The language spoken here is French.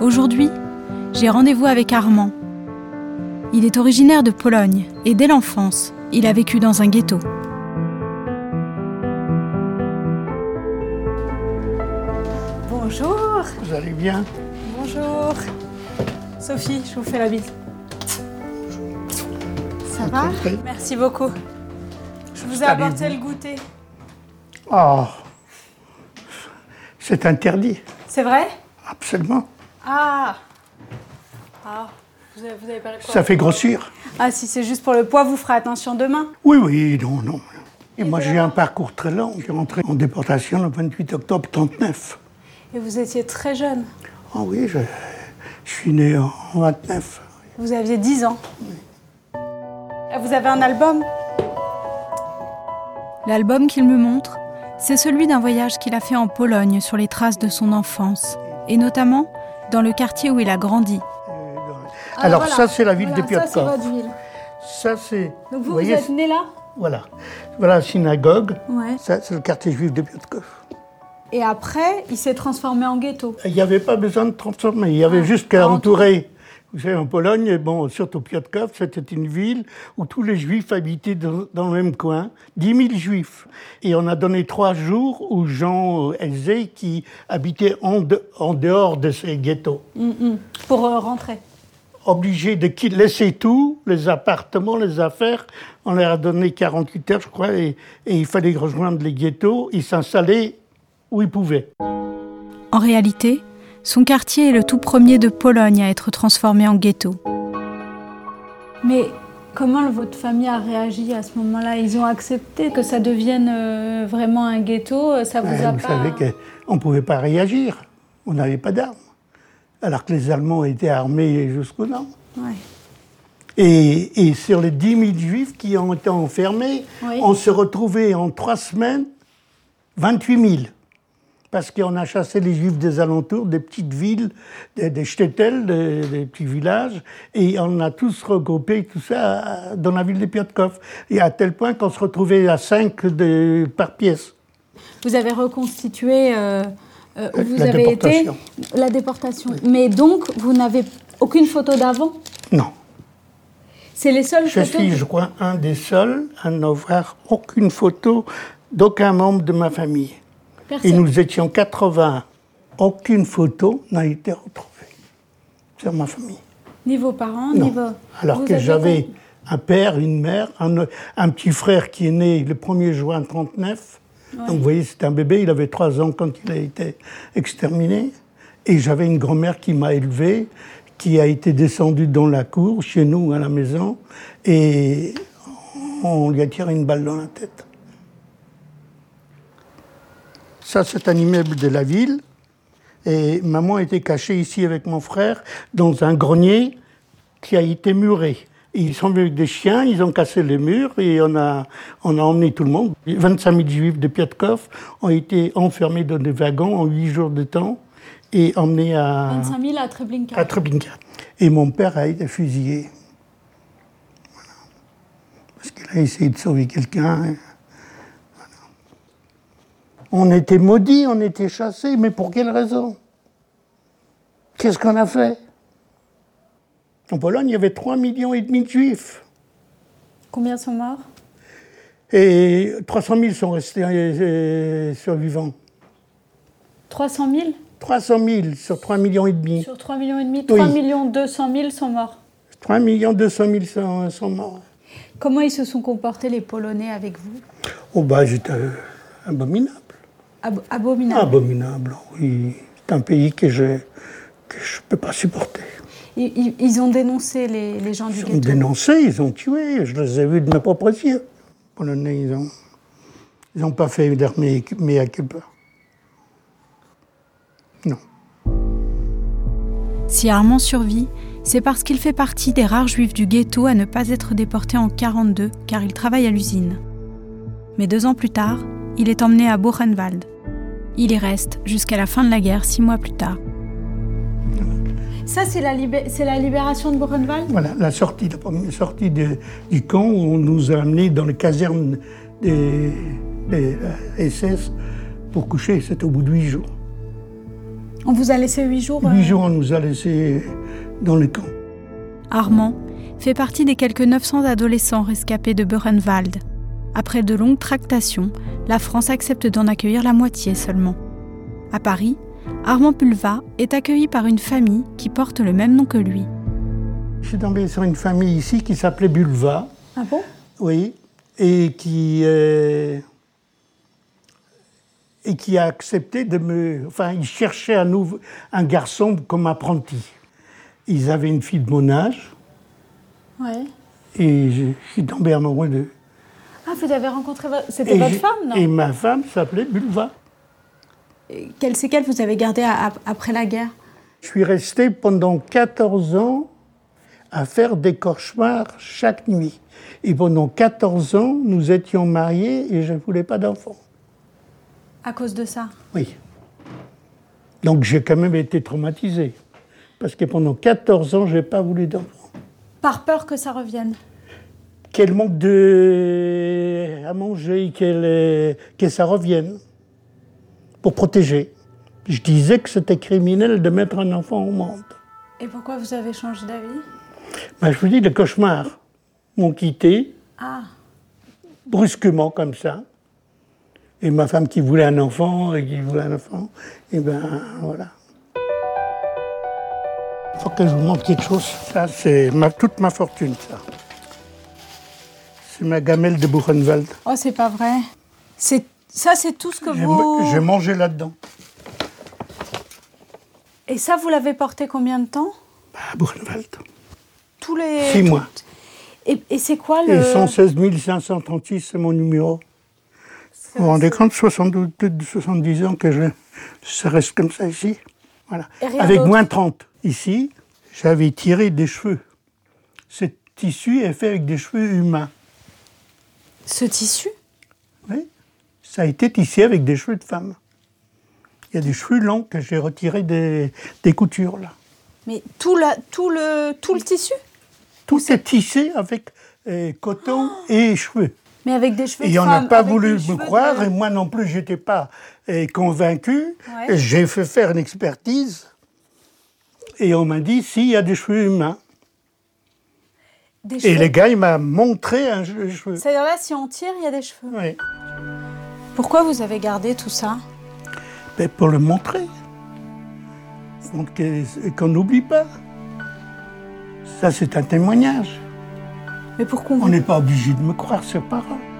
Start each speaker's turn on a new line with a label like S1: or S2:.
S1: Aujourd'hui, j'ai rendez-vous avec Armand. Il est originaire de Pologne et dès l'enfance, il a vécu dans un ghetto.
S2: Bonjour.
S3: Vous allez bien
S2: Bonjour. Sophie, je vous fais la bise. Ça va
S3: Entrez.
S2: Merci beaucoup. Je vous ai
S3: Installez-vous.
S2: apporté le goûter.
S3: Oh C'est interdit,
S2: C'est vrai
S3: absolument.
S2: Ah. Ah. Vous avez, vous avez parlé de quoi
S3: Ça fait grossir.
S2: Ah, si c'est juste pour le poids, vous ferez attention demain.
S3: Oui, oui, non, non. Et moi, j'ai eu un parcours très long. Je suis rentré en déportation le 28 octobre 39.
S2: Et vous étiez très jeune.
S3: Ah oui, je, je suis né en 29.
S2: Vous aviez 10 ans. Ah, Vous avez un album
S1: L'album qu'il me montre, c'est celui d'un voyage qu'il a fait en Pologne sur les traces de son enfance, et notamment dans le quartier où il a grandi.
S3: Alors,
S2: Ah,
S3: ça,
S2: voilà.
S3: c'est la ville
S2: Voilà,
S3: de
S2: Ça, c'est
S3: Piotrków.
S2: votre ville.
S3: Ça, c'est.
S2: Donc vous,
S3: vous
S2: vous,
S3: voyez,
S2: êtes né là
S3: voilà. Voilà la synagogue.
S2: Ouais.
S3: Ça, c'est le quartier juif de Piotrków.
S2: Et après, il s'est transformé en ghetto.
S3: Il n'y avait pas besoin de transformer, il y avait juste qu'à
S2: Ah,
S3: entourer. Vous savez, en Pologne, et bon, surtout Piotrków, c'était une ville où tous les juifs habitaient dans, dans le même coin, 10 000 juifs. Et on a donné trois jours aux gens euh, aisés qui habitaient en, de- en dehors de ces ghettos.
S2: Pour euh, rentrer.
S3: Obligés de qui- laisser tout, les appartements, les affaires. On leur a donné 48 heures, je crois, et, et il fallait rejoindre les ghettos. Ils s'installaient où ils pouvaient.
S1: En réalité, son quartier est le tout premier de Pologne à être transformé en ghetto.
S2: Mais comment le- votre famille a réagi à ce moment-là Ils ont accepté que ça devienne euh, vraiment un ghetto euh, Ça vous
S3: Ouais,
S2: a
S3: Eh, vous
S2: pas...
S3: savez qu'on ne pouvait pas réagir. On n'avait pas d'armes. Alors que les Allemands étaient armés jusqu'aux dents.
S2: Ouais.
S3: Et, et sur les 10 000 juifs qui ont été enfermés,
S2: Oui.
S3: on se retrouvait en trois semaines 28 000. Parce qu'on a chassé les juifs des alentours, des petites villes, des, des shtetls, des, des petits villages, et on a tous regroupé tout ça à- dans la ville de Piotrków. Et à tel point qu'on se retrouvait à 5 de, par pièce.
S2: Vous avez reconstitué euh, euh, où
S3: La-
S2: vous
S3: la
S2: avez été
S3: déportation.
S2: la déportation. Mais donc, vous n'avez aucune photo d'avant
S3: Non.
S2: C'est les seules
S3: Je
S2: photos
S3: suis, je crois, un des seuls à n'avoir aucune photo d'aucun membre de ma famille. Et
S2: Personne.
S3: nous étions 80. Aucune photo n'a été retrouvée sur ma famille.
S2: Ni vos parents,
S3: Non.
S2: ni vos...
S3: Alors
S2: Vous
S3: que
S2: avez-
S3: j'avais un père, une mère, un, un petit frère qui est né le 1er juin 39. Donc vous voyez, c'est un bébé, il avait 3 ans quand il a été exterminé. Et j'avais une grand-mère qui m'a élevé, qui a été descendue dans la cour, chez nous, à la maison, et on lui a tiré une balle dans la tête. Ça, c'est un immeuble de la ville. Et maman était cachée ici avec mon frère dans un grenier qui a été muré. Et Ils sont venus avec des chiens, ils ont cassé les murs et on a, on a emmené tout le monde. Les 25 000 juifs de Piotrków ont été enfermés dans des wagons en 8 jours de temps et emmenés à,
S2: 25 000 à Treblinka.
S3: à Treblinka. Et mon père a été fusillé. Voilà. Parce qu'il a essayé de sauver quelqu'un. Voilà. On était maudits, on était chassés, mais pour quelle raison Qu'est-ce qu'on a fait En Pologne, il y avait 3,5 millions et demi de juifs.
S2: Combien sont morts
S3: Et 300 000 sont restés euh, survivants.
S2: 300 000
S3: 300 000 sur 3 millions et demi.
S2: Sur 3 millions et demi, 3
S3: Oui.
S2: millions 200 000 sont morts.
S3: 3 millions 200 000 sont, sont morts.
S2: Comment ils se sont comportés les Polonais avec vous
S3: Oh bah, j'étais euh, abominable.
S2: Ab- Abominable.
S3: Ah. Abominable, oui. C'est un pays que je ne peux pas supporter.
S2: Ils, ils- ils ont dénoncé les, les gens du
S3: Ils ont
S2: ghetto.
S3: dénoncé, ils ont tué, je les ai vus de mes propres yeux. Les Polonais, ils n'ont ils ont pas fait l'armée, mais à quelle peur Non.
S1: Si Armand survit, c'est parce qu'il fait partie des rares juifs du ghetto à ne pas être déporté en 42 car il travaille à l'usine. Mais deux ans plus tard, il est emmené à Buchenwald. Il y reste jusqu'à la fin de la guerre six mois plus tard.
S2: Ça, c'est la, libé- c'est la libération de Buchenwald
S3: Voilà, la sortie, la première sortie de- du camp, où on nous a amenés dans les casernes des, des, euh, SS pour coucher, c'était au bout de huit jours.
S2: On vous a laissé huit jours euh,
S3: Huit jours, on nous a laissés dans le camp.
S1: Armand fait partie des quelques 900 adolescents rescapés de Buchenwald. Après de longues tractations, la France accepte d'en accueillir la moitié seulement. À Paris, Armand Pulva est accueilli par une famille qui porte le même nom que lui.
S3: Je suis tombé sur une famille ici qui s'appelait Bulva,
S2: Ah bon
S3: oui, et qui, euh, et qui a accepté de me. Enfin, ils cherchaient à nous un garçon comme apprenti. Ils avaient une fille de mon âge,
S2: Ouais.
S3: et je je suis tombé amoureux d'eux.
S2: Ah, vous avez rencontré. vo- C'était
S3: Et
S2: votre
S3: j'ai-
S2: femme, non
S3: Et ma femme s'appelait Bulva.
S2: Et Quelles séquelles vous avez gardées à- à- après la guerre
S3: Je suis resté pendant 14 ans à faire des cauchemars chaque nuit. Et pendant 14 ans, nous étions mariés et je ne voulais pas d'enfants.
S2: À cause de ça
S3: Oui. Donc j'ai quand même été traumatisé. Parce que pendant 14 ans, je n'ai pas voulu d'enfants.
S2: Par peur que ça revienne.
S3: Quel manque de... à manger, quel... que ça revienne. Pour protéger. Je disais que c'était criminel de mettre un enfant au monde.
S2: Et pourquoi vous avez changé d'avis
S3: Ben, je vous dis, les cauchemars m'ont quitté
S2: Ah,
S3: brusquement comme ça. Et ma femme qui voulait un enfant, et qui voulait un enfant, et ben voilà. Faut que je vous montre quelque chose. Ça, c'est ma- toute ma fortune, ça. C'est ma gamelle de Buchenwald.
S2: oh, c'est pas vrai. C'est ça, c'est tout ce que
S3: J'ai
S2: vous.
S3: j'ai mangé là-dedans.
S2: Et ça, vous l'avez porté combien de temps
S3: À Bah, Buchenwald.
S2: Tous les.
S3: Six mois.
S2: Et, et c'est quoi le.
S3: Et 116 536, c'est mon numéro. Vous vous rendez compte, 72, plus de 70 ans que je, ça reste comme ça ici. Voilà.
S2: Et rien
S3: Avec
S2: d'autre.
S3: moins 30. Ici, j'avais tiré des cheveux. Ce tissu est fait avec des cheveux humains.
S2: Ce tissu
S3: Oui. Ça a été tissé avec des cheveux de femme. Il y a des cheveux longs que j'ai retirés des, des coutures, là.
S2: Mais tout, la, tout, le, tout le tissu
S3: Tout est tissé avec euh, coton
S2: Ah
S3: et cheveux.
S2: Mais avec des cheveux.
S3: Et
S2: de
S3: on n'a
S2: femme,
S3: pas
S2: avec des
S3: voulu me
S2: cheveux de-
S3: croire, et moi non plus, j'étais pas eh, convaincu.
S2: Ouais.
S3: J'ai fait faire une expertise, et on m'a dit s'il y a des cheveux humains.
S2: Des
S3: Et
S2: cheveux.
S3: les gars, il m'a montré un jeu- cheveu.
S2: C'est-à-dire là, si on tire, il y a des cheveux.
S3: Oui.
S2: Pourquoi vous avez gardé tout ça
S3: Ben, pour le montrer. Donc, que- Qu'on n'oublie pas. Ça, c'est un témoignage.
S2: Mais pourquoi
S3: On n'est pas obligé de me croire, c'est pas grave.